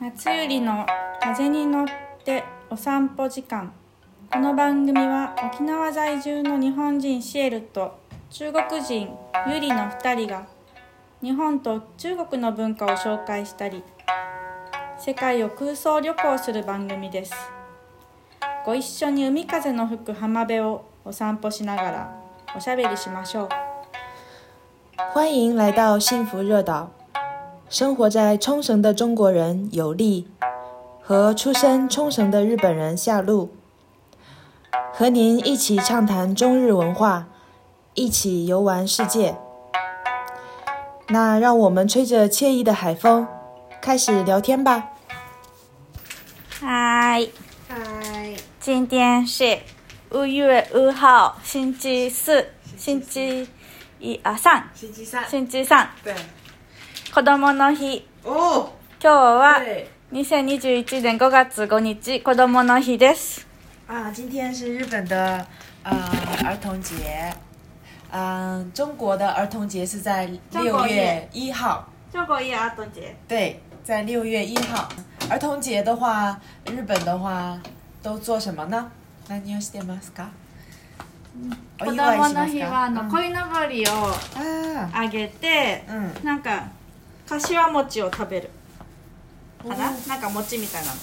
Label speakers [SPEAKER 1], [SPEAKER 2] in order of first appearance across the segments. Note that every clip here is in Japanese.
[SPEAKER 1] 夏ゆりの風に乗ってお散歩時間この番組は沖縄在住の日本人シエルと中国人ゆりの2人が日本と中国の文化を紹介したり世界を空想旅行する番組ですご一緒に海風の吹く浜辺をお散歩しながらおしゃべりしましょう
[SPEAKER 2] 欢迎来到幸福热岛。生活在冲绳的中国人有利和出身冲绳的日本人夏露，和您一起畅谈中日文化，一起游玩世界。那让我们吹着惬意的海风，开始聊天吧。
[SPEAKER 1] 嗨
[SPEAKER 3] 嗨，
[SPEAKER 1] 今天是五月五号，星期四，星期一あ三、
[SPEAKER 3] 星期三。
[SPEAKER 1] 星期三、
[SPEAKER 3] 对，
[SPEAKER 1] 子供の日。
[SPEAKER 3] 哦，
[SPEAKER 1] 今日は
[SPEAKER 3] 对
[SPEAKER 1] 2021年5月5日、子供の日です。
[SPEAKER 2] 啊，今天是日本的呃儿童节，嗯、中国的儿童节是在
[SPEAKER 1] 中国月
[SPEAKER 2] 一号。
[SPEAKER 1] 中国也儿童节。
[SPEAKER 2] 对，在六月一号，儿童节的话，日本的话都做什么呢？何をしてますか？お
[SPEAKER 1] 子
[SPEAKER 2] 祝い
[SPEAKER 1] 供
[SPEAKER 2] し
[SPEAKER 1] の
[SPEAKER 2] ます
[SPEAKER 1] 日は
[SPEAKER 2] か
[SPEAKER 1] あの
[SPEAKER 2] うん
[SPEAKER 1] 鯉のぼりを
[SPEAKER 2] あ
[SPEAKER 1] あげて
[SPEAKER 2] ー、うん、
[SPEAKER 1] なんか柏餅を食べるかな
[SPEAKER 2] お。
[SPEAKER 1] なんか餅みたいなの。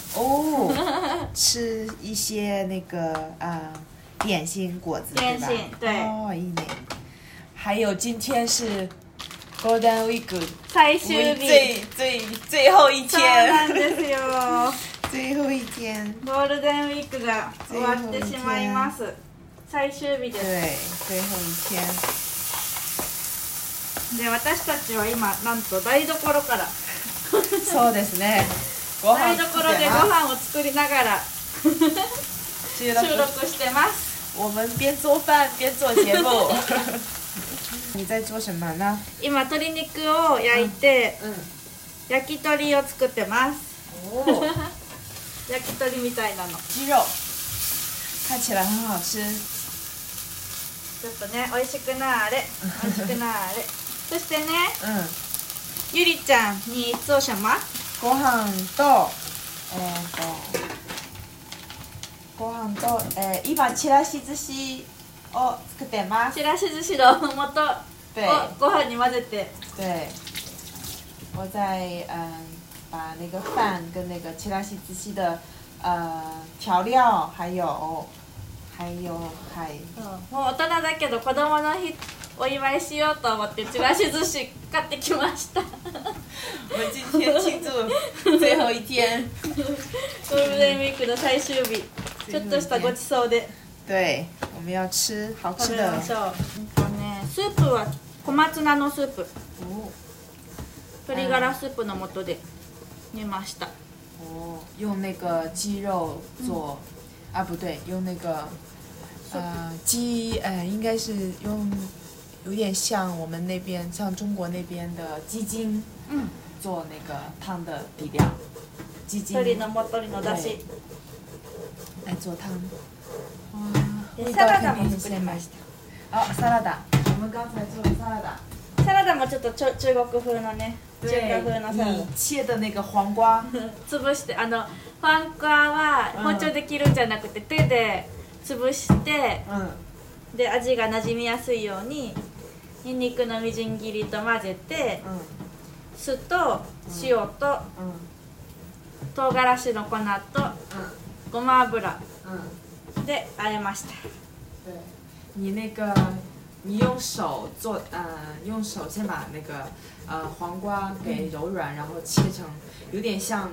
[SPEAKER 2] 哦，吃一些那个啊、点心果子，
[SPEAKER 1] 点
[SPEAKER 2] 吧
[SPEAKER 1] 心对
[SPEAKER 2] 哦，一年。还有今天是 Golden Week，
[SPEAKER 1] 最終日。
[SPEAKER 2] 最最最后一
[SPEAKER 1] そうな
[SPEAKER 2] 天，
[SPEAKER 1] んですよ。
[SPEAKER 2] 最后一天。
[SPEAKER 1] ゴールデンウィークが終わってしまいます。最終日です。
[SPEAKER 2] 对，最后一天。
[SPEAKER 1] で私たちは今なんと台所から
[SPEAKER 2] そうですね。ご
[SPEAKER 1] 台
[SPEAKER 2] 作
[SPEAKER 1] 所で
[SPEAKER 2] って
[SPEAKER 1] ご
[SPEAKER 2] ます
[SPEAKER 1] 飯を作りながら
[SPEAKER 2] 収
[SPEAKER 1] 収
[SPEAKER 2] 録。
[SPEAKER 1] 録してます
[SPEAKER 2] 我们边做饭边做节目。 你在做什么呢？
[SPEAKER 1] 今鶏肉を焼いて
[SPEAKER 2] 嗯，
[SPEAKER 1] 焼き鳥を作ってます
[SPEAKER 2] 哦，
[SPEAKER 1] 嗯焼き鳥みたいなのち
[SPEAKER 2] 鸡肉看起来很好吃。
[SPEAKER 1] ょっとね美味しくなあれ美味しくなあ れそしてね
[SPEAKER 2] 嗯，
[SPEAKER 1] ゆりちゃんにいつおしゃま
[SPEAKER 2] ご飯とえっとご飯とえー今ちらし寿司を作ってます。
[SPEAKER 1] ちらし寿司の素を
[SPEAKER 2] 对
[SPEAKER 1] ご飯に混ぜて
[SPEAKER 2] 对，我在嗯把那个饭跟那个切拉西子西的呃调料，还有还有海
[SPEAKER 1] もう大人だけど子供の日お祝いしようと思ってちらし寿司買ってきま したゴ
[SPEAKER 2] 我们今天庆祝最后一天，
[SPEAKER 1] ールデンウィークの最終日ちょっとしたごちそうで
[SPEAKER 2] 对，我们要吃好
[SPEAKER 1] 食
[SPEAKER 2] 吃
[SPEAKER 1] べ
[SPEAKER 2] 的
[SPEAKER 1] ま。しょううんとねスープは小松菜のスープ
[SPEAKER 2] 哦
[SPEAKER 1] 鶏ガラスープの素で煮ました
[SPEAKER 2] 哦，用那个鸡肉做、啊，不对，用那个呃鸡呃应该是用有点像我们那边像中国那边的鸡精。
[SPEAKER 1] うん
[SPEAKER 2] 做那个汤的底料，鸡精
[SPEAKER 1] 鶏のもとりのだし
[SPEAKER 2] 来做汤。
[SPEAKER 1] で
[SPEAKER 2] 味
[SPEAKER 1] サ
[SPEAKER 2] 道
[SPEAKER 1] ラ
[SPEAKER 2] 肯
[SPEAKER 1] ダも
[SPEAKER 2] 定很
[SPEAKER 1] 作り
[SPEAKER 2] 鲜
[SPEAKER 1] ま
[SPEAKER 2] 美
[SPEAKER 1] し。
[SPEAKER 2] 哦，沙拉达，我们刚才做的沙拉达，
[SPEAKER 1] たサラダもちょっとちょ中国風のね中華風のサラ
[SPEAKER 2] 你切的那个黄瓜，嗯
[SPEAKER 1] ダ潰してあのファンクアは
[SPEAKER 2] うん
[SPEAKER 1] 包丁で切るんじゃなくて手で潰して
[SPEAKER 2] 嗯，
[SPEAKER 1] で味がなじみやすいようにニンニクのみじん切りと混ぜて
[SPEAKER 2] 嗯
[SPEAKER 1] 酢と塩と
[SPEAKER 2] 嗯
[SPEAKER 1] 唐辛子の粉と
[SPEAKER 2] 嗯
[SPEAKER 1] ごま油
[SPEAKER 2] 嗯，
[SPEAKER 1] で和えました
[SPEAKER 2] 对，你那个，你用手做，呃，用手先把那个呃黄瓜给柔软，然后切成有点像，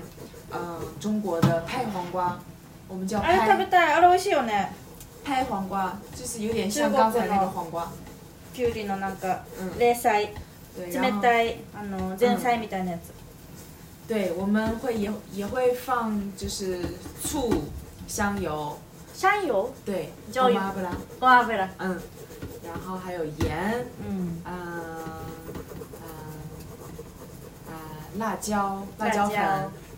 [SPEAKER 2] 嗯、中国的拍黄瓜，我们叫
[SPEAKER 1] あれ
[SPEAKER 2] 拍
[SPEAKER 1] 食べたいあれ美味しいよね
[SPEAKER 2] 拍黄瓜，就是有点像刚才那个黄瓜，
[SPEAKER 1] きゅうりのなんか
[SPEAKER 2] 嗯，
[SPEAKER 1] 冷菜
[SPEAKER 2] 对，
[SPEAKER 1] 冷
[SPEAKER 2] 然后
[SPEAKER 1] たいあの前菜みたいなやつ、
[SPEAKER 2] 对，我们会也也会放就是醋、香油，
[SPEAKER 1] シャンヨ
[SPEAKER 2] 对，
[SPEAKER 1] 酱油
[SPEAKER 2] 麻不啦，
[SPEAKER 1] ウごま油
[SPEAKER 2] 嗯，然后还有
[SPEAKER 1] う
[SPEAKER 2] 盐，
[SPEAKER 1] ん
[SPEAKER 2] 嗯、呃、呃呃辣椒、辣椒粉、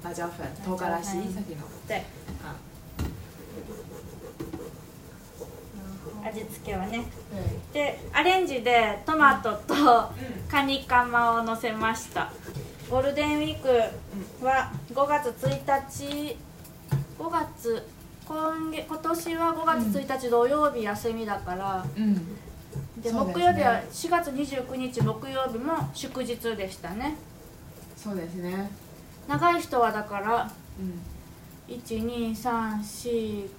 [SPEAKER 2] 辣椒粉、
[SPEAKER 1] 椒
[SPEAKER 2] 头嘎拉西
[SPEAKER 1] 粉
[SPEAKER 2] 萨给侬，
[SPEAKER 1] 对，
[SPEAKER 2] 啊，
[SPEAKER 1] 味付けはね
[SPEAKER 2] 对，
[SPEAKER 1] でアレンジでトマトと
[SPEAKER 2] 嗯，
[SPEAKER 1] カニカマをのせましたゴールデンウィークは5月1日5月今月今年は5月1日土曜日休みだから、
[SPEAKER 2] うん
[SPEAKER 1] で
[SPEAKER 2] そうです
[SPEAKER 1] 木
[SPEAKER 2] ね
[SPEAKER 1] 曜日は4月29日木曜日も祝日でしたね
[SPEAKER 2] そうですね
[SPEAKER 1] 長い人はだから
[SPEAKER 2] うん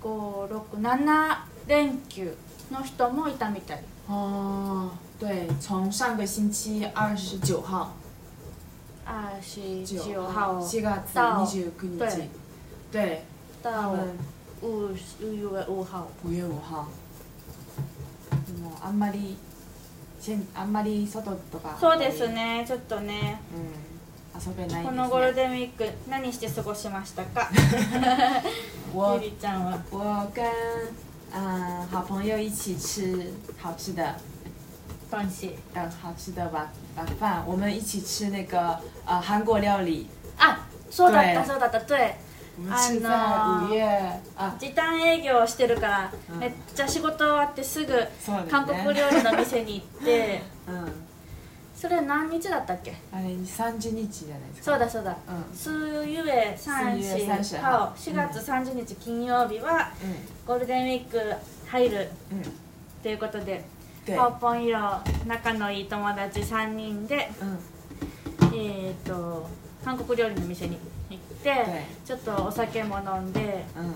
[SPEAKER 1] 1234567連休の人もいたみたい
[SPEAKER 2] 哦，对，从上个星期二十九号
[SPEAKER 1] 29号
[SPEAKER 2] 四月
[SPEAKER 1] 到
[SPEAKER 2] 二十九日
[SPEAKER 1] 对，
[SPEAKER 2] 对，他
[SPEAKER 1] 到
[SPEAKER 2] 们
[SPEAKER 1] 5 5号
[SPEAKER 2] 五月五号。もうあんまりせんあんまり外とか
[SPEAKER 1] そうです。ねちょっとね
[SPEAKER 2] うん、遊べないです、ね。
[SPEAKER 1] このゴールデンウィーク何して過ごしましたか
[SPEAKER 2] 我
[SPEAKER 1] ゆりちゃんは
[SPEAKER 2] 我跟嗯好朋友一起吃好吃的，
[SPEAKER 1] パンシー
[SPEAKER 2] 嗯好吃的晚晚饭，我们一起吃那个呃韩国料理。
[SPEAKER 1] あそうだった
[SPEAKER 2] 对
[SPEAKER 1] そうだった对
[SPEAKER 2] 我们是在
[SPEAKER 1] あのー
[SPEAKER 2] 五月啊，
[SPEAKER 1] 時短営業をしてるから、
[SPEAKER 2] うん
[SPEAKER 1] めっちゃ仕事終わってすぐ
[SPEAKER 2] そうですね
[SPEAKER 1] 韓国料理の店に行って
[SPEAKER 2] 嗯，
[SPEAKER 1] それ何日だったっけ
[SPEAKER 2] あれ三十日じゃないですか。
[SPEAKER 1] そうだそうだ
[SPEAKER 2] 嗯
[SPEAKER 1] 数ゆえ三
[SPEAKER 2] 数
[SPEAKER 1] 四
[SPEAKER 2] ゆえ三四
[SPEAKER 1] 号
[SPEAKER 2] 号
[SPEAKER 1] 4月30日金曜日は
[SPEAKER 2] 嗯
[SPEAKER 1] ゴールデンウィーク入る
[SPEAKER 2] 嗯，
[SPEAKER 1] ということで
[SPEAKER 2] 对，
[SPEAKER 1] ポンポン色仲のいい友達3人で
[SPEAKER 2] 嗯
[SPEAKER 1] えー、と韓国料理の店に行って
[SPEAKER 2] い
[SPEAKER 1] ちょっとお酒も飲んで
[SPEAKER 2] 嗯，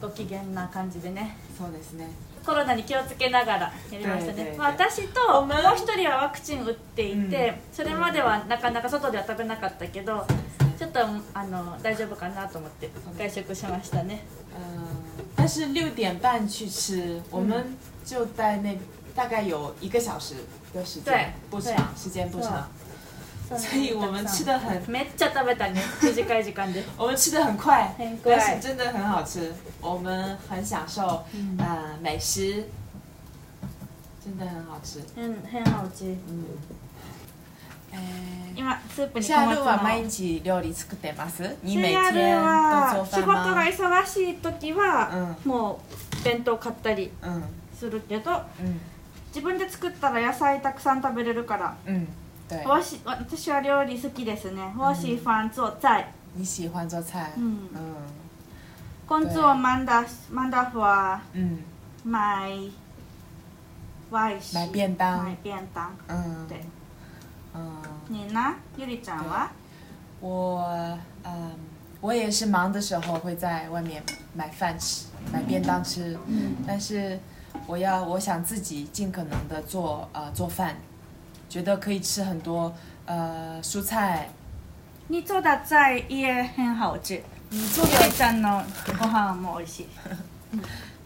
[SPEAKER 1] ご機嫌な感じでね
[SPEAKER 2] そうですね。
[SPEAKER 1] コロナに気をつけながらやりました
[SPEAKER 2] はいはい
[SPEAKER 1] ね
[SPEAKER 2] はい
[SPEAKER 1] まあ私ともう一人はワクチン打っていて、
[SPEAKER 2] うん
[SPEAKER 1] それまではなかなか外では食べなかったけど
[SPEAKER 2] そうです
[SPEAKER 1] ち
[SPEAKER 2] ね
[SPEAKER 1] ょっとあの大丈夫かなと思って外食しましたね
[SPEAKER 2] 嗯，但是六点半去吃，我们就在那大概有一个小时的时
[SPEAKER 1] 对
[SPEAKER 2] 间，不长，时间不长，
[SPEAKER 1] 嗯
[SPEAKER 2] 所以我们吃的很，
[SPEAKER 1] めっちゃ食べたね短い時間で
[SPEAKER 2] 我们吃的很快
[SPEAKER 1] 很，快
[SPEAKER 2] 但是真的很好吃，我们很享受
[SPEAKER 1] 嗯
[SPEAKER 2] 呃美食，真的很好吃。
[SPEAKER 1] 変変なうち
[SPEAKER 2] 嗯，哎
[SPEAKER 1] 今スープに
[SPEAKER 2] シ
[SPEAKER 1] 小
[SPEAKER 2] ャ
[SPEAKER 1] 松
[SPEAKER 2] ールは毎
[SPEAKER 1] の
[SPEAKER 2] 日料理作ってます？你
[SPEAKER 1] シ
[SPEAKER 2] 每
[SPEAKER 1] ェアル
[SPEAKER 2] 啊
[SPEAKER 1] は
[SPEAKER 2] 天都做
[SPEAKER 1] 仕事
[SPEAKER 2] 饭吗
[SPEAKER 1] が？忙しい時は、
[SPEAKER 2] う
[SPEAKER 1] もう弁当買ったり
[SPEAKER 2] 嗯
[SPEAKER 1] するけど
[SPEAKER 2] 嗯
[SPEAKER 1] 自分で作ったら野菜たくさん食べれるから
[SPEAKER 2] 嗯，对，
[SPEAKER 1] わし私は料理好きですね。我喜欢做菜。
[SPEAKER 2] 你喜欢做菜？
[SPEAKER 1] 嗯
[SPEAKER 2] 嗯
[SPEAKER 1] 工作忙的忙的话，
[SPEAKER 2] 嗯。
[SPEAKER 1] 买外食。
[SPEAKER 2] 买便当
[SPEAKER 1] 买便当。
[SPEAKER 2] 嗯
[SPEAKER 1] 对，
[SPEAKER 2] 嗯，
[SPEAKER 1] 你呢？ゆりちゃんは？
[SPEAKER 2] 我嗯，我也是忙的时候会在外面买饭吃，买便当吃，
[SPEAKER 1] 嗯
[SPEAKER 2] 但是我要我想自己尽可能的做呃做饭，觉得可以吃很多呃蔬菜。
[SPEAKER 1] 你做的菜也很好吃。
[SPEAKER 2] 你做
[SPEAKER 1] ゆり
[SPEAKER 2] 的
[SPEAKER 1] ちゃんのご飯も美味しい。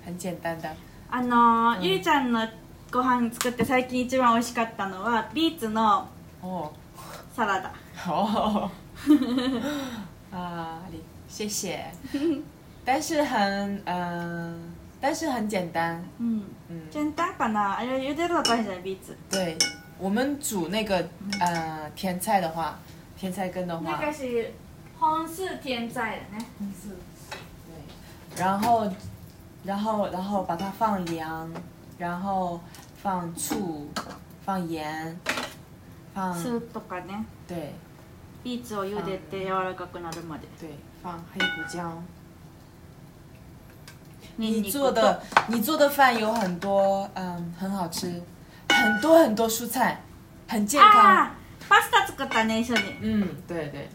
[SPEAKER 2] 很简单的，
[SPEAKER 1] あのー、ゆりちゃんのご飯作って最近一番美味しかったのはビーツの
[SPEAKER 2] 哦
[SPEAKER 1] サラダ。
[SPEAKER 2] 哦， 啊，你谢谢，但是很嗯、但是很简单，
[SPEAKER 1] うん。
[SPEAKER 2] 嗯。
[SPEAKER 1] 簡単かな。あれ茹でるの大変じゃないビーツ。
[SPEAKER 2] 对，我们煮那个呃甜菜的话，甜菜根的
[SPEAKER 1] 那
[SPEAKER 2] 话，
[SPEAKER 1] 个是本数天在的ね。
[SPEAKER 2] 对，然后，然后，然后把它放凉，然后放醋，放盐，放
[SPEAKER 1] スープとかね。
[SPEAKER 2] 对
[SPEAKER 1] ビーツを茹でて柔らかくなるまで。
[SPEAKER 2] 对放黑胡椒。
[SPEAKER 1] ニン
[SPEAKER 2] 你
[SPEAKER 1] ニク
[SPEAKER 2] 做的你做的饭有很多，嗯，很好吃，很多很多蔬菜，很健康。
[SPEAKER 1] あーパスタ作ったね一緒に。
[SPEAKER 2] 嗯，对对，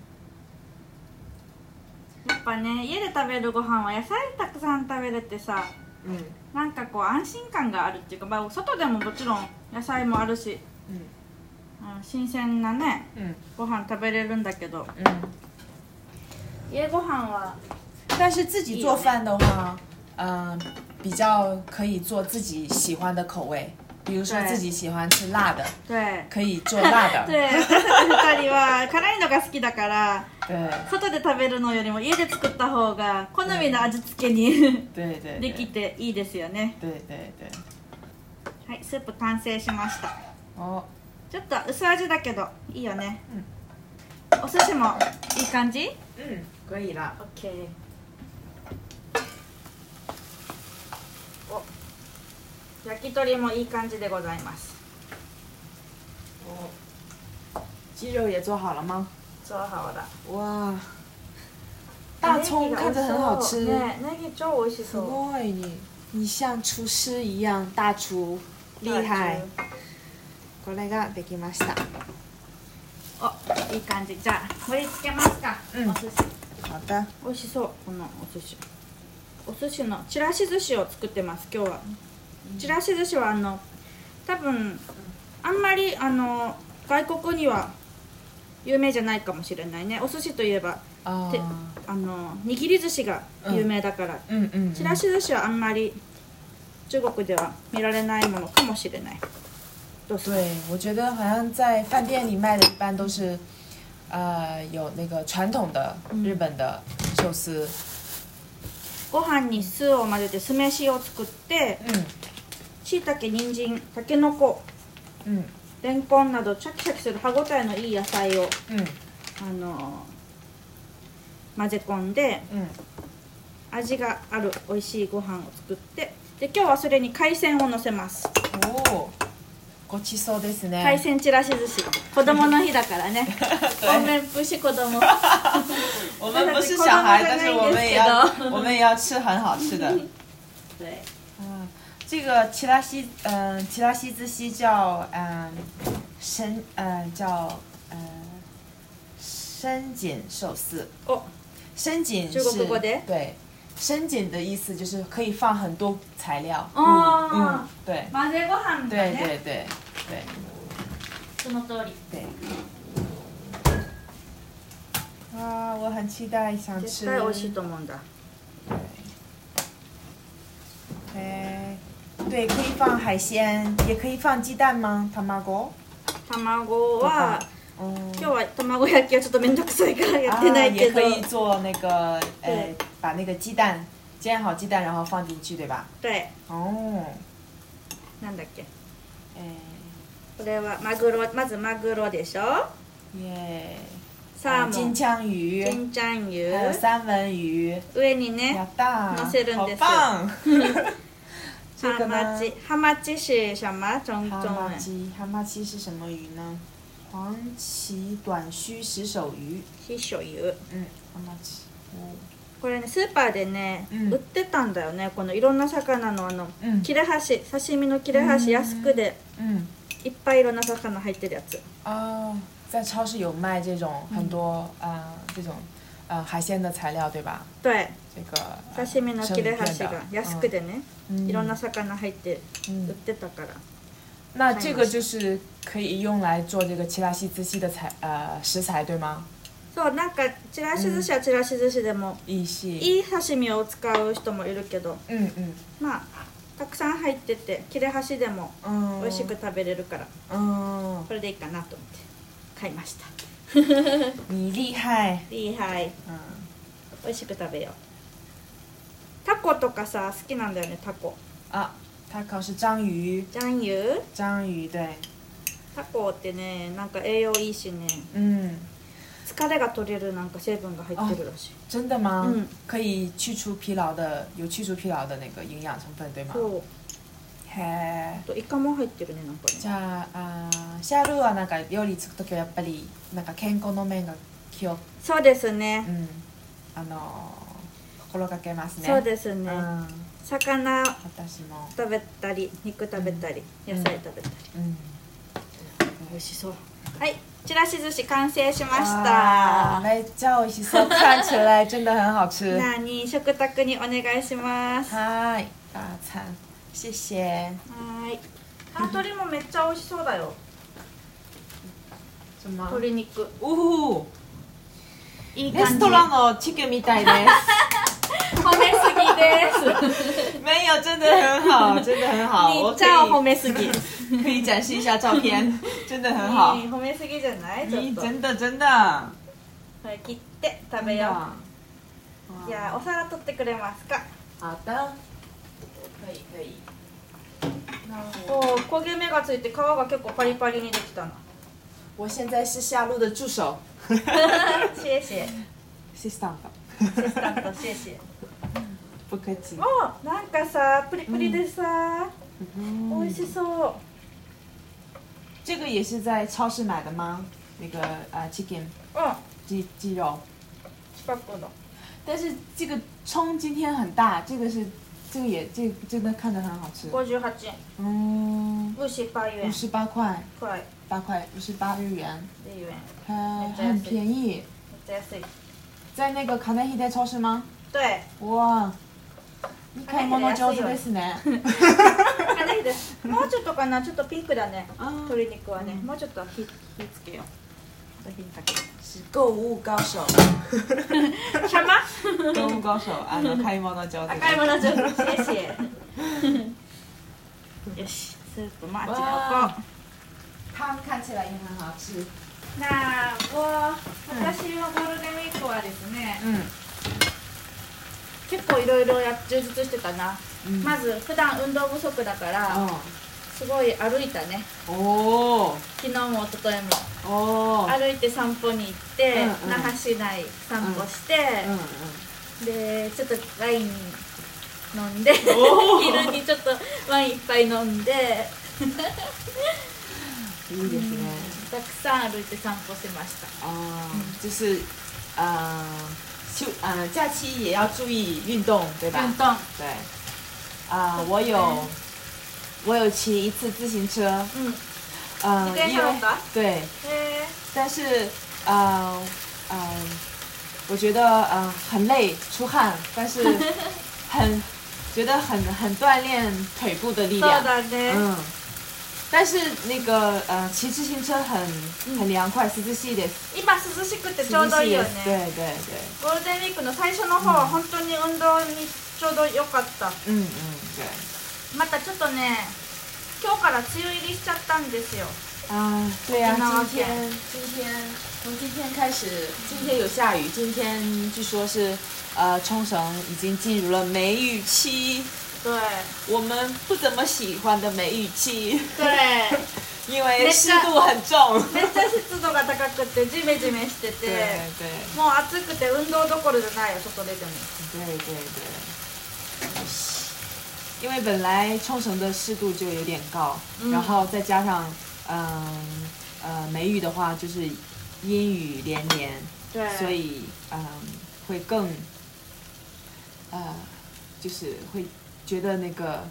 [SPEAKER 1] やっぱね家で食べるご飯は野菜たくさん食べれてさ。
[SPEAKER 2] 嗯
[SPEAKER 1] なんかこう安心感があるっていうか、まあ、外でももちろん野菜もあるし
[SPEAKER 2] 嗯
[SPEAKER 1] あの新鮮なね
[SPEAKER 2] 嗯
[SPEAKER 1] ご飯食べれるんだけど
[SPEAKER 2] 嗯。
[SPEAKER 1] 家ご飯は
[SPEAKER 2] 但是自己做饭的话，嗯、比较可以做自己喜欢的口味，比如说
[SPEAKER 1] 对
[SPEAKER 2] 自己喜欢吃辣的，
[SPEAKER 1] 对
[SPEAKER 2] 可以做辣 的。
[SPEAKER 1] 对私たち2人は辛いのが好きだから
[SPEAKER 2] 对
[SPEAKER 1] 外で食べるのよりも家で作った方が好みの味付けに
[SPEAKER 2] 对对
[SPEAKER 1] でき
[SPEAKER 2] 对
[SPEAKER 1] ていいですよね
[SPEAKER 2] 对对对。
[SPEAKER 1] はいスープ完成しました
[SPEAKER 2] 哦，
[SPEAKER 1] ちょっと薄味だけどいいよね、
[SPEAKER 2] うん
[SPEAKER 1] お寿司もいい感じ
[SPEAKER 2] 嗯，可以了。
[SPEAKER 1] OK お焼き鳥もいい感じでございます
[SPEAKER 2] 哦，鸡肉也做好了吗？哎
[SPEAKER 1] 做好了。
[SPEAKER 2] 哇，大葱看着很好吃。
[SPEAKER 1] ね、ネギ超美味し
[SPEAKER 2] す
[SPEAKER 1] そう。
[SPEAKER 2] ごい你，哎你像厨师一样大厨，厉害。これができました。
[SPEAKER 1] お、いい感じ。じゃあ盛り付けますか。
[SPEAKER 2] うん
[SPEAKER 1] お寿司。
[SPEAKER 2] 好的。
[SPEAKER 1] 美味しそうこのお寿司。お寿司のちらし寿司を作ってます今日は。ちらし寿司はあの多分あんまりあの外国には有名じゃないかもしれないね。お寿司といえば
[SPEAKER 2] あ
[SPEAKER 1] であの握り寿司が有名だから。
[SPEAKER 2] うんうん。
[SPEAKER 1] ちらし寿司はあんまり中国では見られないものかもしれない。どうする？
[SPEAKER 2] 对，我觉得好像在饭店里卖的，一般都是，呃，有那个传统的日本的寿司，
[SPEAKER 1] ご飯に酢を混ぜて酢飯を作って
[SPEAKER 2] 嗯
[SPEAKER 1] しいたけ人参たけのこ
[SPEAKER 2] 嗯
[SPEAKER 1] れんこんなどシャキシャキする歯ごたえのいい野菜を、
[SPEAKER 2] 嗯
[SPEAKER 1] あのー混ぜ込んで
[SPEAKER 2] 嗯，
[SPEAKER 1] 味がある美味しいご飯を作ってで今日はそれに海鮮をのせます
[SPEAKER 2] 哦，ごちそうですね。
[SPEAKER 1] 海鮮ちらし寿司子供の日だからねごめん不死子供
[SPEAKER 2] 我们不是小孩，但是我们也要， 我们也要吃很好吃 的。
[SPEAKER 1] 对
[SPEAKER 2] 啊，这个奇拉西，嗯、奇拉西之西叫嗯、生，嗯、叫嗯、深井寿司。
[SPEAKER 1] 哦，
[SPEAKER 2] 深井
[SPEAKER 1] 中国
[SPEAKER 2] 是
[SPEAKER 1] 国的
[SPEAKER 2] 对，深井的意思就是可以放很多材料。
[SPEAKER 1] 哦
[SPEAKER 2] 嗯嗯，对
[SPEAKER 1] 混ぜご飯だ
[SPEAKER 2] 对
[SPEAKER 1] ね
[SPEAKER 2] 对对对
[SPEAKER 1] その通り
[SPEAKER 2] 对。啊，我很期待，想
[SPEAKER 1] 絶
[SPEAKER 2] 吃。
[SPEAKER 1] 対美味しいと思うんだ
[SPEAKER 2] 哎，对，可以放海鲜，也可以放鸡蛋吗？汤马锅。
[SPEAKER 1] 卵は
[SPEAKER 2] 嗯，
[SPEAKER 1] 今日は卵焼きはちょっと面倒くさいからやって
[SPEAKER 2] 啊
[SPEAKER 1] ないけ
[SPEAKER 2] 也
[SPEAKER 1] ど、
[SPEAKER 2] 可以做那个，呃
[SPEAKER 1] 对，
[SPEAKER 2] 把那个鸡蛋煎好鸡蛋，然后放进去，对吧？
[SPEAKER 1] 对
[SPEAKER 2] 哦，
[SPEAKER 1] なんだっけ
[SPEAKER 2] 哎，
[SPEAKER 1] これはマグロまずマグロでしょ
[SPEAKER 2] 耶，啊
[SPEAKER 1] サーモ
[SPEAKER 2] 金
[SPEAKER 1] ン
[SPEAKER 2] 枪鱼，
[SPEAKER 1] 金哎ちゃん油
[SPEAKER 2] 还有三文鱼，
[SPEAKER 1] 上に
[SPEAKER 2] 呀
[SPEAKER 1] ね
[SPEAKER 2] 大，
[SPEAKER 1] 乗せるん
[SPEAKER 2] 好
[SPEAKER 1] です
[SPEAKER 2] 棒！这
[SPEAKER 1] ハ
[SPEAKER 2] 个
[SPEAKER 1] マ
[SPEAKER 2] 呢？
[SPEAKER 1] チハマチ是什么种
[SPEAKER 2] 蛤
[SPEAKER 1] 种
[SPEAKER 2] 蟆鸡，蛤蟆鸡是什么鱼呢？黄鳍短须石首鱼。
[SPEAKER 1] 秘書油
[SPEAKER 2] 嗯，蛤蟆鸡。哦
[SPEAKER 1] これねスーパーでね、
[SPEAKER 2] うん
[SPEAKER 1] 売ってたんだよねこのいろんな魚のあの
[SPEAKER 2] 嗯
[SPEAKER 1] 切れ端刺身の切れ端安くで
[SPEAKER 2] 嗯。
[SPEAKER 1] いっぱいいろんな魚入ってるやつ
[SPEAKER 2] 哦，在超市有卖这种很多呃这种呃海鲜的材料对吧？
[SPEAKER 1] 对
[SPEAKER 2] 这个呃
[SPEAKER 1] 刺身の切れ端
[SPEAKER 2] 生鱼片
[SPEAKER 1] が
[SPEAKER 2] 的
[SPEAKER 1] 安くでね、
[SPEAKER 2] 嗯
[SPEAKER 1] いろんな魚入って売っ
[SPEAKER 2] 嗯，
[SPEAKER 1] てたから
[SPEAKER 2] 那这个就是可以用来做这个奇拉西兹西的材呃食材对吗？
[SPEAKER 1] そうなんかちらし寿司はちらし寿司でも、
[SPEAKER 2] 意系，
[SPEAKER 1] いい刺身を使う人もいるけど
[SPEAKER 2] 嗯嗯
[SPEAKER 1] まあたくさん入ってて切れ端でも
[SPEAKER 2] 嗯，
[SPEAKER 1] 美味しく食べれるから
[SPEAKER 2] 嗯，
[SPEAKER 1] これでいいかなと思って買いました
[SPEAKER 2] 你厉害，
[SPEAKER 1] リーハイ
[SPEAKER 2] 嗯，
[SPEAKER 1] 美味しく食べようタコとかさ好きなんだよねタコ
[SPEAKER 2] 啊，他考是章鱼，
[SPEAKER 1] ジャンユ
[SPEAKER 2] 章鱼对，
[SPEAKER 1] タコってねなんか栄養いいしね
[SPEAKER 2] 嗯，
[SPEAKER 1] 疲れが取れるなんか成分が入ってるらしい
[SPEAKER 2] 真的吗？
[SPEAKER 1] 嗯
[SPEAKER 2] 可以去除疲劳的，有去除疲劳的那个营养成分对吗？
[SPEAKER 1] そう
[SPEAKER 2] 嘿
[SPEAKER 1] あ。とイカも入ってるねなんか
[SPEAKER 2] じ
[SPEAKER 1] ね
[SPEAKER 2] ゃああーシャールはなんか料理作る時はやっぱりなんか健康の面が気を、
[SPEAKER 1] そうです
[SPEAKER 2] う
[SPEAKER 1] ね
[SPEAKER 2] んあのー心がけますね
[SPEAKER 1] そうですね
[SPEAKER 2] うん、
[SPEAKER 1] 魚
[SPEAKER 2] 私も、
[SPEAKER 1] 食べたり肉食べたり、
[SPEAKER 2] うん
[SPEAKER 1] 野菜食べたり、
[SPEAKER 2] うん、
[SPEAKER 1] 美味しそうはいちらし寿司完成しまし
[SPEAKER 2] あ
[SPEAKER 1] た
[SPEAKER 2] ーめっちゃ美味しそう看起来真的很好吃 は
[SPEAKER 1] なに食卓にお願いしますは
[SPEAKER 2] ーい大餐谢谢
[SPEAKER 1] ーいカントリーもめっちゃ美味しそうだよ
[SPEAKER 2] 什么
[SPEAKER 1] 鶏肉
[SPEAKER 2] おお
[SPEAKER 1] いい
[SPEAKER 2] レ
[SPEAKER 1] 感じ
[SPEAKER 2] ストランのチキンみたいです
[SPEAKER 1] 褒めすぎ です
[SPEAKER 2] 没有真的很好真的很好
[SPEAKER 1] 你
[SPEAKER 2] 我
[SPEAKER 1] ち
[SPEAKER 2] 可
[SPEAKER 1] ゃん褒
[SPEAKER 2] 以
[SPEAKER 1] めす ぎ
[SPEAKER 2] 可以展示一下照片真的很好
[SPEAKER 1] 你褒めすぎじゃないちょっ
[SPEAKER 2] 咦
[SPEAKER 1] と
[SPEAKER 2] 真的真的
[SPEAKER 1] これ切って食べ
[SPEAKER 2] 没有
[SPEAKER 1] よ。うじゃあお皿取ってくれますか
[SPEAKER 2] 好的，可以可以。那我
[SPEAKER 1] おお焦げ目がついて皮が結構パリパリにできた な
[SPEAKER 2] 我现在是夏露的助手，
[SPEAKER 1] シェシェ
[SPEAKER 2] 谢谢大
[SPEAKER 1] シスタントシェシェ
[SPEAKER 2] 不客气
[SPEAKER 1] も。うなんかさプリプリでさ、
[SPEAKER 2] 嗯
[SPEAKER 1] 美味しそう
[SPEAKER 2] 这个也是在超市买的吗？那个呃 chicken
[SPEAKER 1] うん
[SPEAKER 2] 鸡鸡肉。
[SPEAKER 1] 近くの
[SPEAKER 2] 但是这个葱今天很大，这个是这个也这真的看着很好吃。
[SPEAKER 1] 58円
[SPEAKER 2] 嗯，
[SPEAKER 1] 58
[SPEAKER 2] 五
[SPEAKER 1] 円
[SPEAKER 2] 十八块，
[SPEAKER 1] くらい
[SPEAKER 2] 八块五十八日元，
[SPEAKER 1] 10円めっ
[SPEAKER 2] 它
[SPEAKER 1] 对
[SPEAKER 2] 很便宜。
[SPEAKER 1] ちゃ安い
[SPEAKER 2] 在那个卡内基的超市吗？
[SPEAKER 1] 对
[SPEAKER 2] 哇，你
[SPEAKER 1] 卡内
[SPEAKER 2] 看
[SPEAKER 1] 基的安
[SPEAKER 2] モノ
[SPEAKER 1] いよ
[SPEAKER 2] 上手ですね。
[SPEAKER 1] あないですもうちょっとかなちょっとピンクだね
[SPEAKER 2] 啊
[SPEAKER 1] 鶏肉はねもうちょっと火火つけよう火にかけよ
[SPEAKER 2] 购物高手，
[SPEAKER 1] うシャマ
[SPEAKER 2] 购物高手，あの買い物上手。
[SPEAKER 1] 赤いもの上手シェシ ェよしスープもあっちら置こ
[SPEAKER 2] 汤看起来也很好吃。
[SPEAKER 1] うなあもう私のゴールデンウィークはですね
[SPEAKER 2] 嗯
[SPEAKER 1] 結構いろいろや充実してたな、
[SPEAKER 2] 嗯
[SPEAKER 1] まず普段運動不足だから
[SPEAKER 2] 哦
[SPEAKER 1] すごい歩いたね
[SPEAKER 2] 哦
[SPEAKER 1] 昨日も一昨日も
[SPEAKER 2] 哦，
[SPEAKER 1] 歩いて散歩に行って、
[SPEAKER 2] うんうん
[SPEAKER 1] 那覇市内散歩して、
[SPEAKER 2] 嗯
[SPEAKER 1] でちょっとワイン飲んで
[SPEAKER 2] おー
[SPEAKER 1] 昼にちょっとワインいっぱい飲んで
[SPEAKER 2] 嗯，いいですね。
[SPEAKER 1] たくさん歩いて散歩しました
[SPEAKER 2] 哦，就是，呃，休呃假期也要注意运动，对吧？
[SPEAKER 1] 運動
[SPEAKER 2] 对。啊、我有
[SPEAKER 1] 嗯
[SPEAKER 2] 我有骑一次自行车，
[SPEAKER 1] うん
[SPEAKER 2] 呃
[SPEAKER 1] 你，在
[SPEAKER 2] 因为
[SPEAKER 1] 上班
[SPEAKER 2] 对，
[SPEAKER 1] へえ
[SPEAKER 2] 但是呃呃，我觉得呃很累，出汗，但是很觉得很很锻炼腿部的力
[SPEAKER 1] そう
[SPEAKER 2] 量。
[SPEAKER 1] だね、
[SPEAKER 2] 嗯，但是那个呃骑自行车很很凉快，涼しいです。
[SPEAKER 1] 今涼しくてちょう
[SPEAKER 2] 涼
[SPEAKER 1] ど
[SPEAKER 2] し
[SPEAKER 1] いい
[SPEAKER 2] い
[SPEAKER 1] よ
[SPEAKER 2] です。对
[SPEAKER 1] ね
[SPEAKER 2] 对对。
[SPEAKER 1] ゴールデンウィークの最初の方は本当に運動にちょうど良かった
[SPEAKER 2] 嗯嗯，对。
[SPEAKER 1] またちょっとね今日から梅雨入りしちゃったんですよ
[SPEAKER 2] 啊，对呀、
[SPEAKER 1] 那
[SPEAKER 2] 今天今天从今天开始，今天有下雨，今天据说是呃冲绳已经进入了梅雨期，
[SPEAKER 1] 对
[SPEAKER 2] 我们不怎么喜欢的梅雨期，
[SPEAKER 1] 对
[SPEAKER 2] 因为湿度很重。
[SPEAKER 1] めっちゃ湿度が高くてジメジメしてて
[SPEAKER 2] 对对
[SPEAKER 1] もう暑くて運動どころじゃないよ外出ても
[SPEAKER 2] 对对对，因为本来冲绳的湿度就有点高，
[SPEAKER 1] 嗯
[SPEAKER 2] 然后再加上嗯呃梅雨的话就是阴雨连连。
[SPEAKER 1] 对
[SPEAKER 2] 所以嗯，会更呃，就是会觉得那个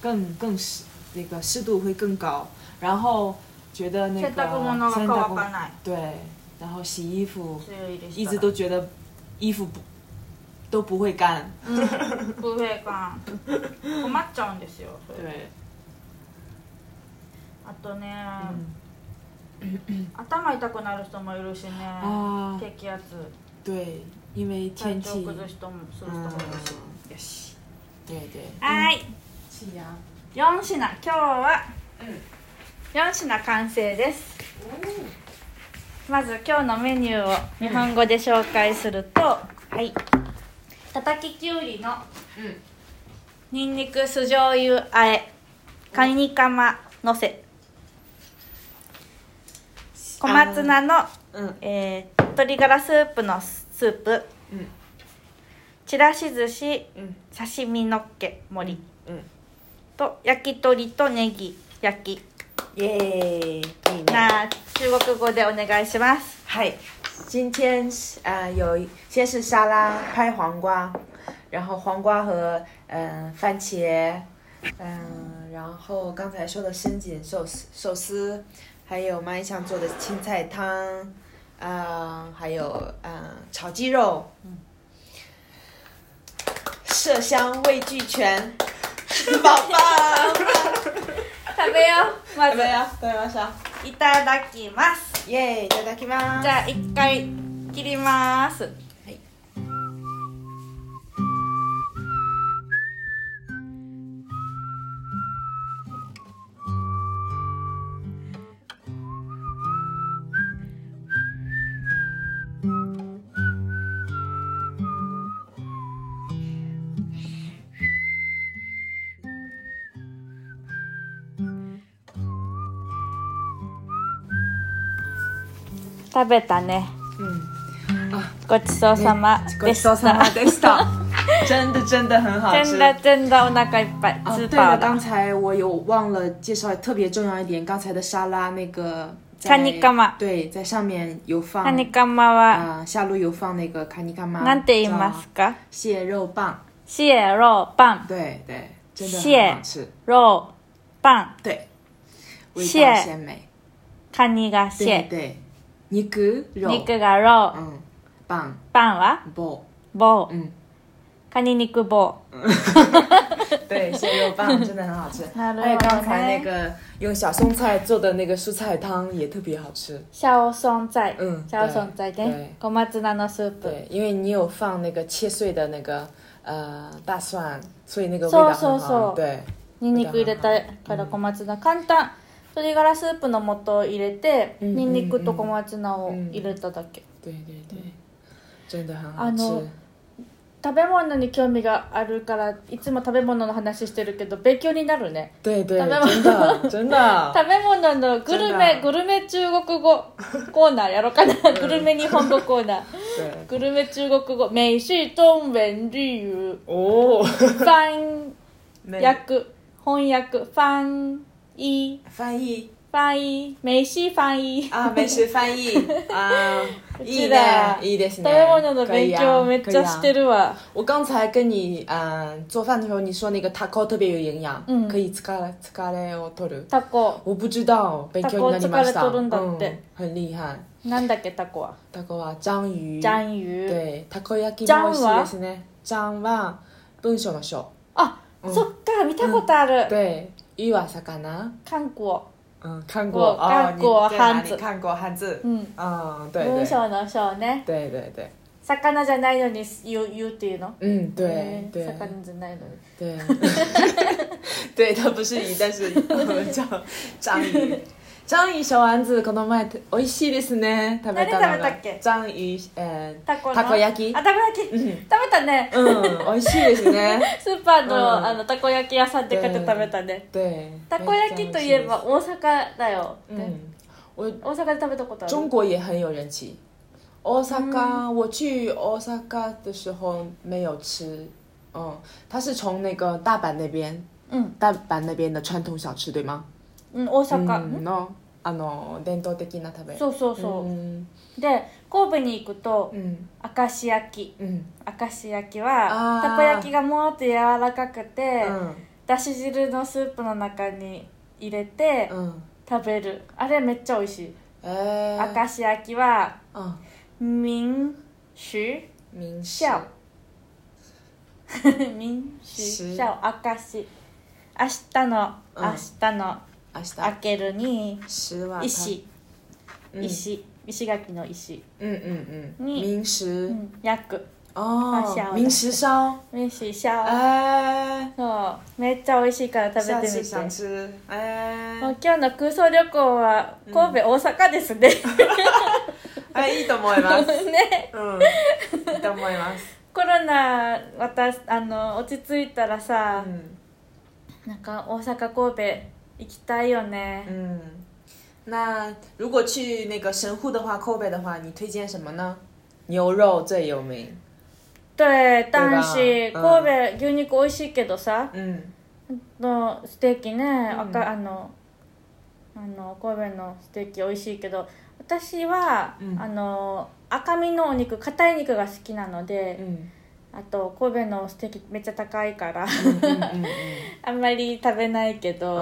[SPEAKER 2] 更更湿，那个湿度会更高，然后觉得那个
[SPEAKER 1] 洗濯物が乾かない
[SPEAKER 2] 对，然后洗衣服
[SPEAKER 1] 梅雨入り
[SPEAKER 2] 一
[SPEAKER 1] した
[SPEAKER 2] 直
[SPEAKER 1] ら
[SPEAKER 2] 都觉得衣服不都不会干，
[SPEAKER 1] うん不平感困っちゃうんですよそれ
[SPEAKER 2] 对，
[SPEAKER 1] あとね、
[SPEAKER 2] 嗯
[SPEAKER 1] 頭痛くなる人もいるしね
[SPEAKER 2] 啊，
[SPEAKER 1] 低気圧
[SPEAKER 2] 对，因为
[SPEAKER 1] 体
[SPEAKER 2] 天
[SPEAKER 1] 調
[SPEAKER 2] 气，
[SPEAKER 1] 崩す人もする人も
[SPEAKER 2] 嗯
[SPEAKER 1] いるし、，
[SPEAKER 2] 也是，对对，嗯
[SPEAKER 1] はい
[SPEAKER 2] 气压，哦
[SPEAKER 1] 4品今日は
[SPEAKER 2] 嗯，
[SPEAKER 1] 4品完成です
[SPEAKER 2] 哦。
[SPEAKER 1] まず今日のメニューを日本語で紹介すると、はいたたききゅうりの
[SPEAKER 2] 嗯
[SPEAKER 1] にんにく酢醤油あえカニカマのせ小松菜の、
[SPEAKER 2] 嗯
[SPEAKER 1] えー鶏ガラスープのススープ
[SPEAKER 2] 嗯
[SPEAKER 1] ちらし寿司
[SPEAKER 2] 嗯
[SPEAKER 1] 刺身のっけ盛り
[SPEAKER 2] 嗯。
[SPEAKER 1] と焼き鳥とネギ焼き
[SPEAKER 4] 耶，可以呢。
[SPEAKER 1] なあ中国語でお願いします
[SPEAKER 4] 嗨，
[SPEAKER 2] 今天是呃有一先是沙拉拍黄瓜，然后黄瓜和嗯、呃番茄，嗯、然后刚才说的深井寿司寿司，还有妈一香做的青菜汤，啊、还有嗯、呃炒鸡肉，色香味俱全，宝宝，
[SPEAKER 1] 食べようま
[SPEAKER 2] 怎
[SPEAKER 1] ず
[SPEAKER 2] 么样？怎么样？
[SPEAKER 1] いただきます
[SPEAKER 2] 耶，いただきます
[SPEAKER 1] じ。ゃあ一回切ります。
[SPEAKER 2] い
[SPEAKER 1] 食べたね。
[SPEAKER 2] 嗯。
[SPEAKER 1] ごちそうさま
[SPEAKER 2] ご
[SPEAKER 1] で
[SPEAKER 2] ち
[SPEAKER 1] し
[SPEAKER 2] そう
[SPEAKER 1] た。
[SPEAKER 2] さまでした。 真的真的很好
[SPEAKER 1] 真
[SPEAKER 2] 吃。
[SPEAKER 1] 的真的お腹いっぱい。
[SPEAKER 2] 哦，
[SPEAKER 1] スー
[SPEAKER 2] 对
[SPEAKER 1] パ
[SPEAKER 2] 了，
[SPEAKER 1] ー
[SPEAKER 2] 刚
[SPEAKER 1] だ。
[SPEAKER 2] 才我有忘了介绍特别重要一点，刚才的沙拉那个
[SPEAKER 1] カニカマ。
[SPEAKER 2] 对，在上面有放
[SPEAKER 1] カニカマは、
[SPEAKER 2] 啊、下路有放那个卡尼卡玛，
[SPEAKER 1] なんて言いますか
[SPEAKER 2] 蟹肉棒，
[SPEAKER 1] 蟹肉棒。
[SPEAKER 2] 对对，真的
[SPEAKER 1] 蟹
[SPEAKER 2] 很好吃，
[SPEAKER 1] 肉棒。
[SPEAKER 2] 对，味道
[SPEAKER 1] 蟹
[SPEAKER 2] 鲜美，
[SPEAKER 1] カニが
[SPEAKER 2] 对
[SPEAKER 1] 蟹。
[SPEAKER 2] 对，尼格肉，
[SPEAKER 1] 肉が肉。
[SPEAKER 2] 嗯，棒
[SPEAKER 1] パンは
[SPEAKER 2] 不，
[SPEAKER 1] 棒。
[SPEAKER 2] 嗯，
[SPEAKER 1] カニ肉棒。
[SPEAKER 2] 对，蟹肉棒真的很好吃，
[SPEAKER 1] なるほど
[SPEAKER 2] 还
[SPEAKER 1] ね
[SPEAKER 2] 有刚才那个用小松菜做的那个蔬菜汤也特别好吃，
[SPEAKER 1] シャオソン菜。
[SPEAKER 2] うん
[SPEAKER 1] シャオソン菜ね。小松菜のスープ。
[SPEAKER 2] 对，因为你有放那个切碎的那个呃大蒜，所以那个味
[SPEAKER 1] 嗖
[SPEAKER 2] 道很
[SPEAKER 1] 嗖
[SPEAKER 2] 好，
[SPEAKER 1] 嗖
[SPEAKER 2] 对，
[SPEAKER 1] ニンニク入れたから小松菜。簡単。鶏ガラスープの素を入れて、
[SPEAKER 2] ん
[SPEAKER 1] ニンニクと小松菜を入れただけ。
[SPEAKER 2] 对对对，真的很
[SPEAKER 1] あ
[SPEAKER 2] 好
[SPEAKER 1] の
[SPEAKER 2] 吃。
[SPEAKER 1] 食べ物に興味があるからいつも食べ物の話してるけど勉強になるね
[SPEAKER 2] 对对，
[SPEAKER 1] 咱们
[SPEAKER 2] 真 的真的，
[SPEAKER 1] 食べ物のグルメ
[SPEAKER 2] そ
[SPEAKER 1] グ
[SPEAKER 2] う
[SPEAKER 1] ルメ中国語コーナーやろうかなグルメ日本語コーナーグ
[SPEAKER 2] 对
[SPEAKER 1] ルメ中国語美食中文旅游
[SPEAKER 2] 哦，
[SPEAKER 1] 翻
[SPEAKER 2] 美
[SPEAKER 1] 訳翻訳翻译
[SPEAKER 2] 翻译
[SPEAKER 1] 翻译美食翻译
[SPEAKER 2] 啊，美食翻译 啊，いいね
[SPEAKER 1] だ
[SPEAKER 2] いいです
[SPEAKER 1] 食
[SPEAKER 2] ね。
[SPEAKER 1] べ物の
[SPEAKER 2] 可以
[SPEAKER 1] 勉
[SPEAKER 2] 啊
[SPEAKER 1] 強めっちゃして。
[SPEAKER 2] 可以啊
[SPEAKER 1] るわ
[SPEAKER 2] 我刚才跟你嗯做饭的时候，你说那个 taco 特别有营养，
[SPEAKER 1] 嗯
[SPEAKER 2] 可以疲れ疲れを取る。
[SPEAKER 1] タコ
[SPEAKER 2] 我不知道，勉強になりました。
[SPEAKER 1] タコ疲れ取るんだって
[SPEAKER 2] 嗯很厉害。
[SPEAKER 1] なんだっけタコは
[SPEAKER 2] タコは章魚。
[SPEAKER 1] ジャンユー
[SPEAKER 2] 对，タコ焼き
[SPEAKER 1] 章
[SPEAKER 2] も美
[SPEAKER 1] は
[SPEAKER 2] 味しいですね。章は文章の章。
[SPEAKER 1] あ、そっか見たことある
[SPEAKER 2] 对，鱼は魚。
[SPEAKER 1] 韓国
[SPEAKER 2] 嗯，看
[SPEAKER 1] 过看过汉字
[SPEAKER 2] 看过汉字，
[SPEAKER 1] うん
[SPEAKER 2] 嗯，对
[SPEAKER 1] 文
[SPEAKER 2] 对
[SPEAKER 1] 章の章ね
[SPEAKER 2] 对对对，
[SPEAKER 1] 魚じゃないのに言う言うっていうの
[SPEAKER 2] 嗯，对
[SPEAKER 1] ね
[SPEAKER 2] 对
[SPEAKER 1] 魚じゃないのに
[SPEAKER 2] 对，对，它不是鱼，但是我们叫章鱼。章魚小丸子この前美味しいですね。食べた
[SPEAKER 1] 何食べた
[SPEAKER 2] のが
[SPEAKER 1] っけ
[SPEAKER 2] 章魚え
[SPEAKER 1] タコの
[SPEAKER 2] たこ焼き
[SPEAKER 1] あ。たこ焼き、
[SPEAKER 2] うん
[SPEAKER 1] 食べたね、
[SPEAKER 2] うん、美味しいですね。
[SPEAKER 1] スーパーの,、
[SPEAKER 2] うん
[SPEAKER 1] あのたこ焼き屋さんで買って
[SPEAKER 2] うん
[SPEAKER 1] 食べたね
[SPEAKER 2] 对，
[SPEAKER 1] たこ焼きといえば大阪だよ、
[SPEAKER 2] めっちゃ美味しいです，嗯，我
[SPEAKER 1] 大阪で食べたことある
[SPEAKER 2] 中国也很有人气。大阪，我去大阪的时候没有吃，嗯，它是从那个大阪那边，
[SPEAKER 1] うん、
[SPEAKER 2] 大阪那边的传统小吃对吗？
[SPEAKER 1] うん、大阪、
[SPEAKER 2] 嗯，のあの伝統的な食べ。
[SPEAKER 1] そうそうそう、
[SPEAKER 2] 嗯
[SPEAKER 1] で神戸に行くと
[SPEAKER 2] 嗯
[SPEAKER 1] 明石焼き
[SPEAKER 2] 嗯
[SPEAKER 1] 明石焼き
[SPEAKER 2] あ
[SPEAKER 1] は
[SPEAKER 2] ー
[SPEAKER 1] たこ焼きがもっと柔らかくて、
[SPEAKER 2] 嗯
[SPEAKER 1] だし汁のスープの中に入れて、
[SPEAKER 2] 嗯，
[SPEAKER 1] 食べるあれめっちゃ美味しい、
[SPEAKER 2] 哎，
[SPEAKER 1] 明石焼きは
[SPEAKER 2] 嗯，
[SPEAKER 1] 民食
[SPEAKER 2] 明食
[SPEAKER 1] 笑 民食
[SPEAKER 2] し
[SPEAKER 1] シャオ明石明日の
[SPEAKER 2] うん
[SPEAKER 1] 明日の
[SPEAKER 2] 明
[SPEAKER 1] 明
[SPEAKER 2] 日
[SPEAKER 1] けるに
[SPEAKER 2] 十万
[SPEAKER 1] 石
[SPEAKER 2] 嗯
[SPEAKER 1] 石石垣の石
[SPEAKER 2] 嗯嗯嗯，
[SPEAKER 1] 你
[SPEAKER 2] 明食
[SPEAKER 1] 焼く发酵
[SPEAKER 2] 哦
[SPEAKER 1] 的，
[SPEAKER 2] 明食烧，
[SPEAKER 1] 民食シャオ
[SPEAKER 2] 哎，
[SPEAKER 1] そうめっちゃ美味しいから食べて
[SPEAKER 2] 下次
[SPEAKER 1] みても
[SPEAKER 2] 想吃，哎
[SPEAKER 1] う。今日の空想旅行は神戸、大阪ですね
[SPEAKER 2] はい、いいと思います。
[SPEAKER 1] ね
[SPEAKER 2] うん、いいと思います。
[SPEAKER 1] コロナ私あの落ち着いたら
[SPEAKER 2] う
[SPEAKER 1] さ、
[SPEAKER 2] ん、
[SPEAKER 1] なんか大阪神戸行きたいよね、
[SPEAKER 2] うん。那如果去那个神户的话，Kobe 的话，你推荐什么呢？牛肉最有名。
[SPEAKER 1] 对，但是神
[SPEAKER 2] 对吧
[SPEAKER 1] 戸、牛肉美味しいけどさ、
[SPEAKER 2] うん、
[SPEAKER 1] のステーキね、
[SPEAKER 2] うん
[SPEAKER 1] 赤あのあの神戸のステーキ美味しいけど、私は、
[SPEAKER 2] うん
[SPEAKER 1] あの赤身のお肉、硬い肉が好きなの
[SPEAKER 2] うん、う
[SPEAKER 1] で、
[SPEAKER 2] ん、
[SPEAKER 1] あと神戸のステーキめっちゃ高いから、
[SPEAKER 2] うん、
[SPEAKER 1] あんまり食べないけど、
[SPEAKER 2] う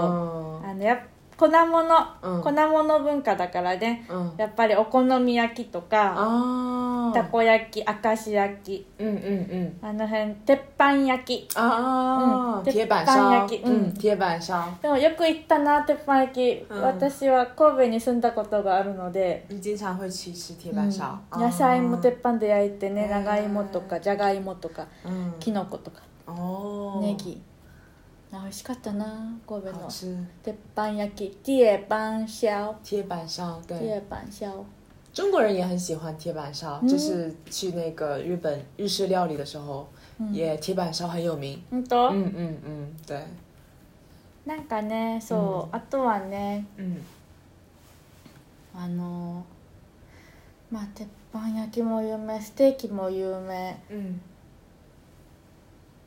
[SPEAKER 2] ん
[SPEAKER 1] あのやっ粉物、
[SPEAKER 2] うん
[SPEAKER 1] 粉物文化だからね、
[SPEAKER 2] うん。
[SPEAKER 1] やっぱりお好み焼きとか、
[SPEAKER 2] あ
[SPEAKER 1] た
[SPEAKER 2] あ。
[SPEAKER 1] こ焼き、明石焼き、
[SPEAKER 2] うん、うん、うん。
[SPEAKER 1] あの辺鉄板焼き。
[SPEAKER 2] あ
[SPEAKER 1] うん
[SPEAKER 2] あ、铁板
[SPEAKER 1] 鉄板
[SPEAKER 2] 烧
[SPEAKER 1] 焼。き
[SPEAKER 2] う
[SPEAKER 1] うん
[SPEAKER 2] ん、铁板烧。
[SPEAKER 1] でもよく行ったな鉄板焼き、
[SPEAKER 2] うん
[SPEAKER 1] 私は神戸に住んだことがあるので、
[SPEAKER 2] 你经常会去吃铁板烧。あー
[SPEAKER 1] 野菜も鉄。板で焼いてね、
[SPEAKER 2] へー
[SPEAKER 1] 長芋とかじゃがいもとか
[SPEAKER 2] うん。
[SPEAKER 1] きのことか
[SPEAKER 2] おー
[SPEAKER 1] ネ。ギあ美味しかったな神戸
[SPEAKER 2] 好
[SPEAKER 1] の
[SPEAKER 2] 吃。
[SPEAKER 1] 鉄板焼き铁板烧
[SPEAKER 2] 铁板烧，对。
[SPEAKER 1] 铁板烧
[SPEAKER 2] 中国人也很喜欢铁板烧，
[SPEAKER 1] 嗯
[SPEAKER 2] 就是去那个日本日式料理的时候，
[SPEAKER 1] 嗯
[SPEAKER 2] 也铁板烧很有名。
[SPEAKER 1] 本当、
[SPEAKER 2] 嗯嗯嗯，对，
[SPEAKER 1] なんかねそう、あとはね
[SPEAKER 2] 嗯
[SPEAKER 1] あのーまあ鉄板焼きも有名ステーキも有名
[SPEAKER 2] 嗯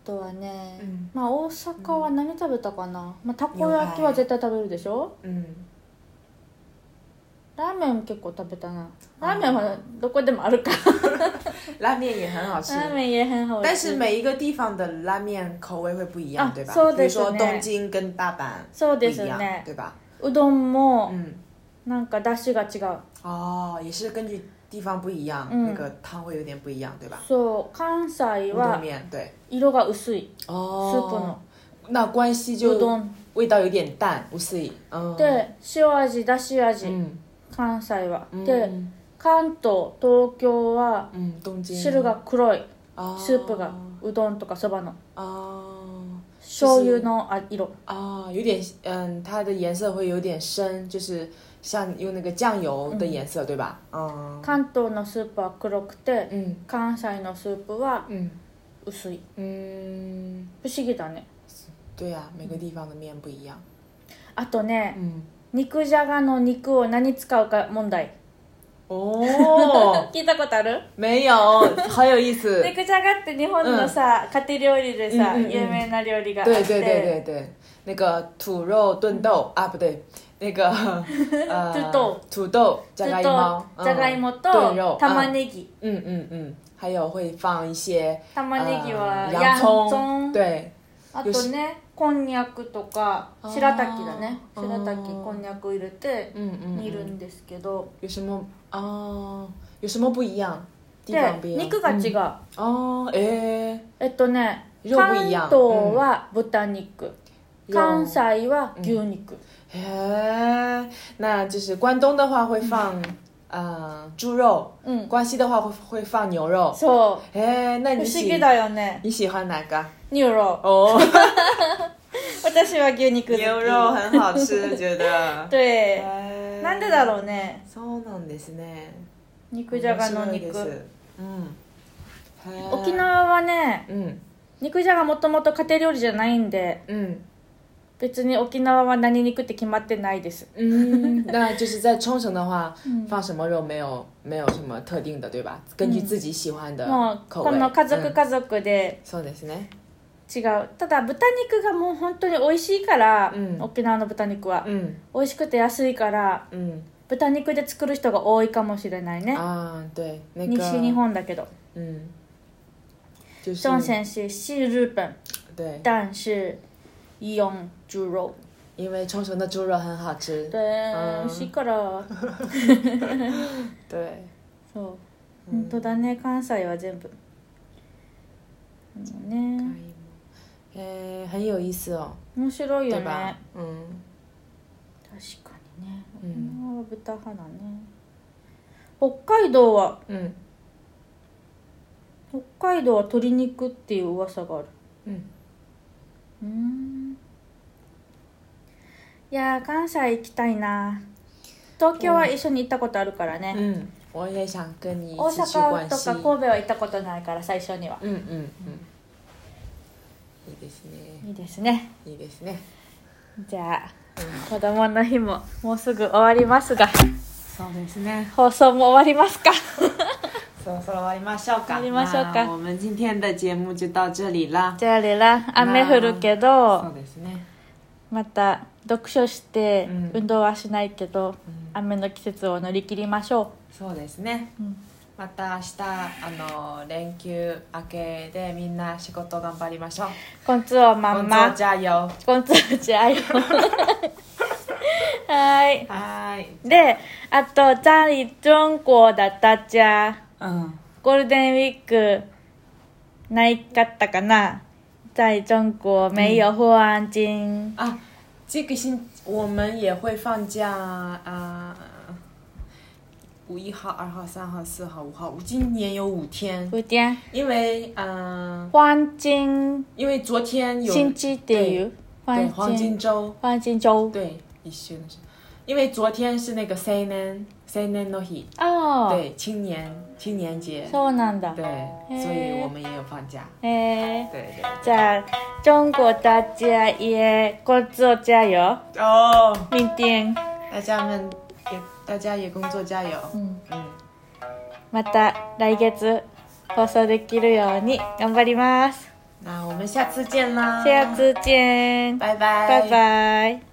[SPEAKER 1] あとはね、
[SPEAKER 2] うん
[SPEAKER 1] まあ大阪は何食べたかな、まあ、たこ
[SPEAKER 2] 牛
[SPEAKER 1] 焼き
[SPEAKER 2] 排
[SPEAKER 1] は絶対食べるでしょ
[SPEAKER 2] 嗯，
[SPEAKER 1] ラーメン結構食べたな。ラーメンはどこでもあるから。
[SPEAKER 2] 拉面也很好吃。
[SPEAKER 1] ラーメン也很好吃。
[SPEAKER 2] 但哦是每一个地方的拉面口味会不一样，
[SPEAKER 1] 啊
[SPEAKER 2] 对吧？
[SPEAKER 1] そう
[SPEAKER 2] 比
[SPEAKER 1] で
[SPEAKER 2] 如
[SPEAKER 1] すね
[SPEAKER 2] 说东京跟大阪
[SPEAKER 1] そう
[SPEAKER 2] 不
[SPEAKER 1] で
[SPEAKER 2] 一
[SPEAKER 1] す
[SPEAKER 2] 样，
[SPEAKER 1] ね。
[SPEAKER 2] 对吧？
[SPEAKER 1] うどんも
[SPEAKER 2] 嗯，
[SPEAKER 1] なんか出汁が違う。
[SPEAKER 2] 哦，也是根据地方不一样，
[SPEAKER 1] 嗯
[SPEAKER 2] 那个汤会有点不一样，对吧？
[SPEAKER 1] そう、関西
[SPEAKER 2] 乌冬
[SPEAKER 1] は
[SPEAKER 2] 面对，
[SPEAKER 1] 色が薄い。スープ
[SPEAKER 2] 哦
[SPEAKER 1] の，
[SPEAKER 2] 那关西
[SPEAKER 1] う
[SPEAKER 2] 就
[SPEAKER 1] どん。
[SPEAKER 2] 味道有点淡，不是？嗯，，
[SPEAKER 1] で、塩味、だし味、
[SPEAKER 2] 嗯，
[SPEAKER 1] 関西は。
[SPEAKER 2] 嗯
[SPEAKER 1] で、関東、東京は
[SPEAKER 2] 嗯，东京
[SPEAKER 1] 汁が黒い。
[SPEAKER 2] 哦
[SPEAKER 1] スープがうどんとかそばの。
[SPEAKER 2] 哦
[SPEAKER 1] 醤油のあ色。
[SPEAKER 2] 哦，有点嗯，它的颜色会有点深，就是像用那个酱油的颜色，对吧？嗯
[SPEAKER 1] 関東のスープは黒くて、
[SPEAKER 2] 嗯
[SPEAKER 1] 関西のスープは
[SPEAKER 2] 嗯
[SPEAKER 1] 薄い。
[SPEAKER 2] 嗯，
[SPEAKER 1] 不思議だね。
[SPEAKER 2] 对呀、每个地方的面不一样。
[SPEAKER 1] あとね、
[SPEAKER 2] 嗯，
[SPEAKER 1] 肉じゃがの肉を何使うか問題。
[SPEAKER 2] 哦，
[SPEAKER 1] 聞いたことある
[SPEAKER 2] 没有，好有意思。
[SPEAKER 1] 肉じゃがって日本のさ、家庭料理でさ、
[SPEAKER 2] うんうんうん
[SPEAKER 1] 有名な料理があって
[SPEAKER 2] 对对对对对，那个土肉炖豆、啊，不对，那 个呃
[SPEAKER 1] 土豆
[SPEAKER 2] 土豆加
[SPEAKER 1] ずっと
[SPEAKER 2] 咖喱
[SPEAKER 1] じ
[SPEAKER 2] 猫，嗯
[SPEAKER 1] ゃがいも
[SPEAKER 2] 炖肉
[SPEAKER 1] と、玉ねぎ、
[SPEAKER 2] 嗯嗯嗯嗯，还有会放一些
[SPEAKER 1] 玉ねぎは
[SPEAKER 2] 呃
[SPEAKER 1] ヤ
[SPEAKER 2] 洋
[SPEAKER 1] ン
[SPEAKER 2] 葱，
[SPEAKER 1] チョン
[SPEAKER 2] 对，
[SPEAKER 1] あとねこんにゃくとか
[SPEAKER 2] あー
[SPEAKER 1] 白滝だね
[SPEAKER 2] あ
[SPEAKER 1] 白
[SPEAKER 2] ー
[SPEAKER 1] 滝こんにゃく入れて
[SPEAKER 2] 嗯嗯，
[SPEAKER 1] 煮る
[SPEAKER 2] 嗯
[SPEAKER 1] んですけど、
[SPEAKER 2] 有什么哦？有什么不一样？地
[SPEAKER 1] で
[SPEAKER 2] 方不一样，
[SPEAKER 1] 肉が違う、
[SPEAKER 2] 嗯哦，诶，
[SPEAKER 1] えっとね
[SPEAKER 2] 色
[SPEAKER 1] 関
[SPEAKER 2] もいい
[SPEAKER 1] 東
[SPEAKER 2] やん
[SPEAKER 1] は豚肉、
[SPEAKER 2] 有
[SPEAKER 1] 関西は牛肉、
[SPEAKER 2] 哎，那就是关东的话会放呃猪肉，
[SPEAKER 1] 嗯
[SPEAKER 2] 关西的话会会放牛肉。
[SPEAKER 1] そう
[SPEAKER 2] 哎，那
[SPEAKER 1] 不
[SPEAKER 2] 你
[SPEAKER 1] 思
[SPEAKER 2] 喜
[SPEAKER 1] 議だよね
[SPEAKER 2] 你喜欢哪个？
[SPEAKER 1] ニューロ
[SPEAKER 2] 哦，
[SPEAKER 1] 私は牛肉好き
[SPEAKER 2] 牛肉很好吃，觉得。
[SPEAKER 1] 对
[SPEAKER 2] 哎
[SPEAKER 1] なんでだろうね
[SPEAKER 2] そうなんですね。
[SPEAKER 1] 肉じゃがの
[SPEAKER 2] 面白いで
[SPEAKER 1] 肉
[SPEAKER 2] す。うん。へー
[SPEAKER 1] 沖。縄はね
[SPEAKER 2] うん
[SPEAKER 1] 肉じゃがもともと家庭料理じゃないんで
[SPEAKER 2] 嗯
[SPEAKER 1] 別に沖縄は何肉って決まってないです
[SPEAKER 2] 嗯，那就是在冲绳的话
[SPEAKER 1] 嗯，
[SPEAKER 2] 放什么肉没有没有什么特定的，对吧？根据自己喜欢的
[SPEAKER 1] もう
[SPEAKER 2] 口
[SPEAKER 1] こ
[SPEAKER 2] 味。
[SPEAKER 1] の家
[SPEAKER 2] 嗯
[SPEAKER 1] 族家族で
[SPEAKER 2] そうですね。
[SPEAKER 1] 違うただ豚肉がもう本当に美味しいから、
[SPEAKER 2] うん
[SPEAKER 1] 沖縄の豚肉は、
[SPEAKER 2] うん
[SPEAKER 1] 美味しくて安いから
[SPEAKER 2] 嗯
[SPEAKER 1] 豚肉で作る人が多いかもしれないね
[SPEAKER 2] 啊，对，那个
[SPEAKER 1] 西日本だけど
[SPEAKER 2] 嗯，就是
[SPEAKER 1] 朝鮮市市日本
[SPEAKER 2] 对，
[SPEAKER 1] 但是イオン猪肉
[SPEAKER 2] 因为冲绳的猪肉很好吃，
[SPEAKER 1] で、美味しいから
[SPEAKER 2] 对，
[SPEAKER 1] そう本当だね関西は全部うんね
[SPEAKER 2] 哎，很有意思哦，
[SPEAKER 1] 面白いよ
[SPEAKER 2] 对
[SPEAKER 1] ね
[SPEAKER 2] 吧？嗯
[SPEAKER 1] 確かにね
[SPEAKER 2] う
[SPEAKER 1] 沖
[SPEAKER 2] ん
[SPEAKER 1] 縄は豚派だね、北海道は
[SPEAKER 2] 嗯
[SPEAKER 1] 北海道は鶏肉っていう噂がある
[SPEAKER 2] 嗯，
[SPEAKER 1] うーんいやー関西行きたいな東京は一緒に行ったことあるからね、
[SPEAKER 2] 嗯，我也想跟你
[SPEAKER 1] 大
[SPEAKER 2] 一起去
[SPEAKER 1] 阪
[SPEAKER 2] 关
[SPEAKER 1] と
[SPEAKER 2] 西
[SPEAKER 1] か。神戸は行ったことないから最初には
[SPEAKER 2] 嗯嗯嗯，いいですね、
[SPEAKER 1] いいですね
[SPEAKER 2] いいですね。
[SPEAKER 1] じゃあ、子供の日ももうすぐ終わりますが
[SPEAKER 2] そうですね。
[SPEAKER 1] 放送も終わりますか
[SPEAKER 2] そろそろ終わりましょうか。
[SPEAKER 1] 終わりましょうか
[SPEAKER 2] 那我们今天的节目就到这里啦。
[SPEAKER 1] じゃあレラ雨降るけど
[SPEAKER 2] そうですね。
[SPEAKER 1] また読書して
[SPEAKER 2] うん
[SPEAKER 1] 運動はしないけど、
[SPEAKER 2] うん
[SPEAKER 1] 雨の季節を乗り切りましょ
[SPEAKER 2] そうですね、
[SPEAKER 1] うん
[SPEAKER 2] また明日あの連休明けでみんな仕事頑張りましょう
[SPEAKER 1] うこんつおまん
[SPEAKER 2] 本
[SPEAKER 1] ま
[SPEAKER 2] 当じゃあよ
[SPEAKER 1] こんつおちあいよ はい
[SPEAKER 2] はーい
[SPEAKER 1] であと在中国的大家
[SPEAKER 2] うん
[SPEAKER 1] ゴールデンウィークないかったかな在中国没有不安金、
[SPEAKER 2] あ啊这个星我们也会放假啊五一号、二号、三号、四号、五号，今年有五天，
[SPEAKER 1] 不点
[SPEAKER 2] 因为嗯、
[SPEAKER 1] 不安金
[SPEAKER 2] 因为昨天有
[SPEAKER 1] 星期っていう不
[SPEAKER 2] 对
[SPEAKER 1] 安
[SPEAKER 2] 黄金
[SPEAKER 1] 金
[SPEAKER 2] 周，
[SPEAKER 1] 不安金周
[SPEAKER 2] 对，一緒的是，因为昨天是那个成年成年の日，
[SPEAKER 1] ああ
[SPEAKER 2] 对，青年青年节，
[SPEAKER 1] そうなんだ
[SPEAKER 2] 对，
[SPEAKER 1] へー
[SPEAKER 2] 所以我们也有放假。
[SPEAKER 1] へえ
[SPEAKER 2] 对对。
[SPEAKER 1] じゃあ中国大家也工作加油
[SPEAKER 2] 哦，
[SPEAKER 1] 明天
[SPEAKER 2] 大家们也，大家也工作加油。
[SPEAKER 1] 嗯
[SPEAKER 2] 嗯，
[SPEAKER 1] また来月放送できるように頑張ります
[SPEAKER 2] 那我们下次见啦。
[SPEAKER 1] 下次见
[SPEAKER 2] 拜拜。
[SPEAKER 1] 拜拜